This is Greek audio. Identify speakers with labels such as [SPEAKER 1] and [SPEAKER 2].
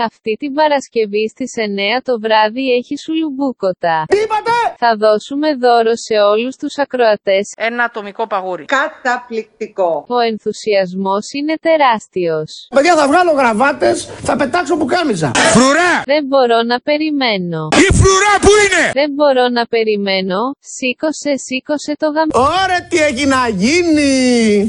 [SPEAKER 1] Αυτή την Παρασκευή στις 9 το βράδυ έχει σουλουμπούκοτα.
[SPEAKER 2] Τι είπατε!
[SPEAKER 1] Θα δώσουμε δώρο σε όλους τους ακροατές.
[SPEAKER 3] Ένα ατομικό παγούρι.
[SPEAKER 4] Καταπληκτικό.
[SPEAKER 1] Ο ενθουσιασμός είναι τεράστιος.
[SPEAKER 2] Παιδιά, θα βγάλω γραβάτες, θα πετάξω πουκάμιζα. Φρουρά!
[SPEAKER 1] Δεν μπορώ να περιμένω.
[SPEAKER 2] Η φρουρά που είναι!
[SPEAKER 1] Δεν μπορώ να περιμένω. Σήκωσε, σήκωσε το γαμ...
[SPEAKER 2] Ωρε, τι έχει να γίνει!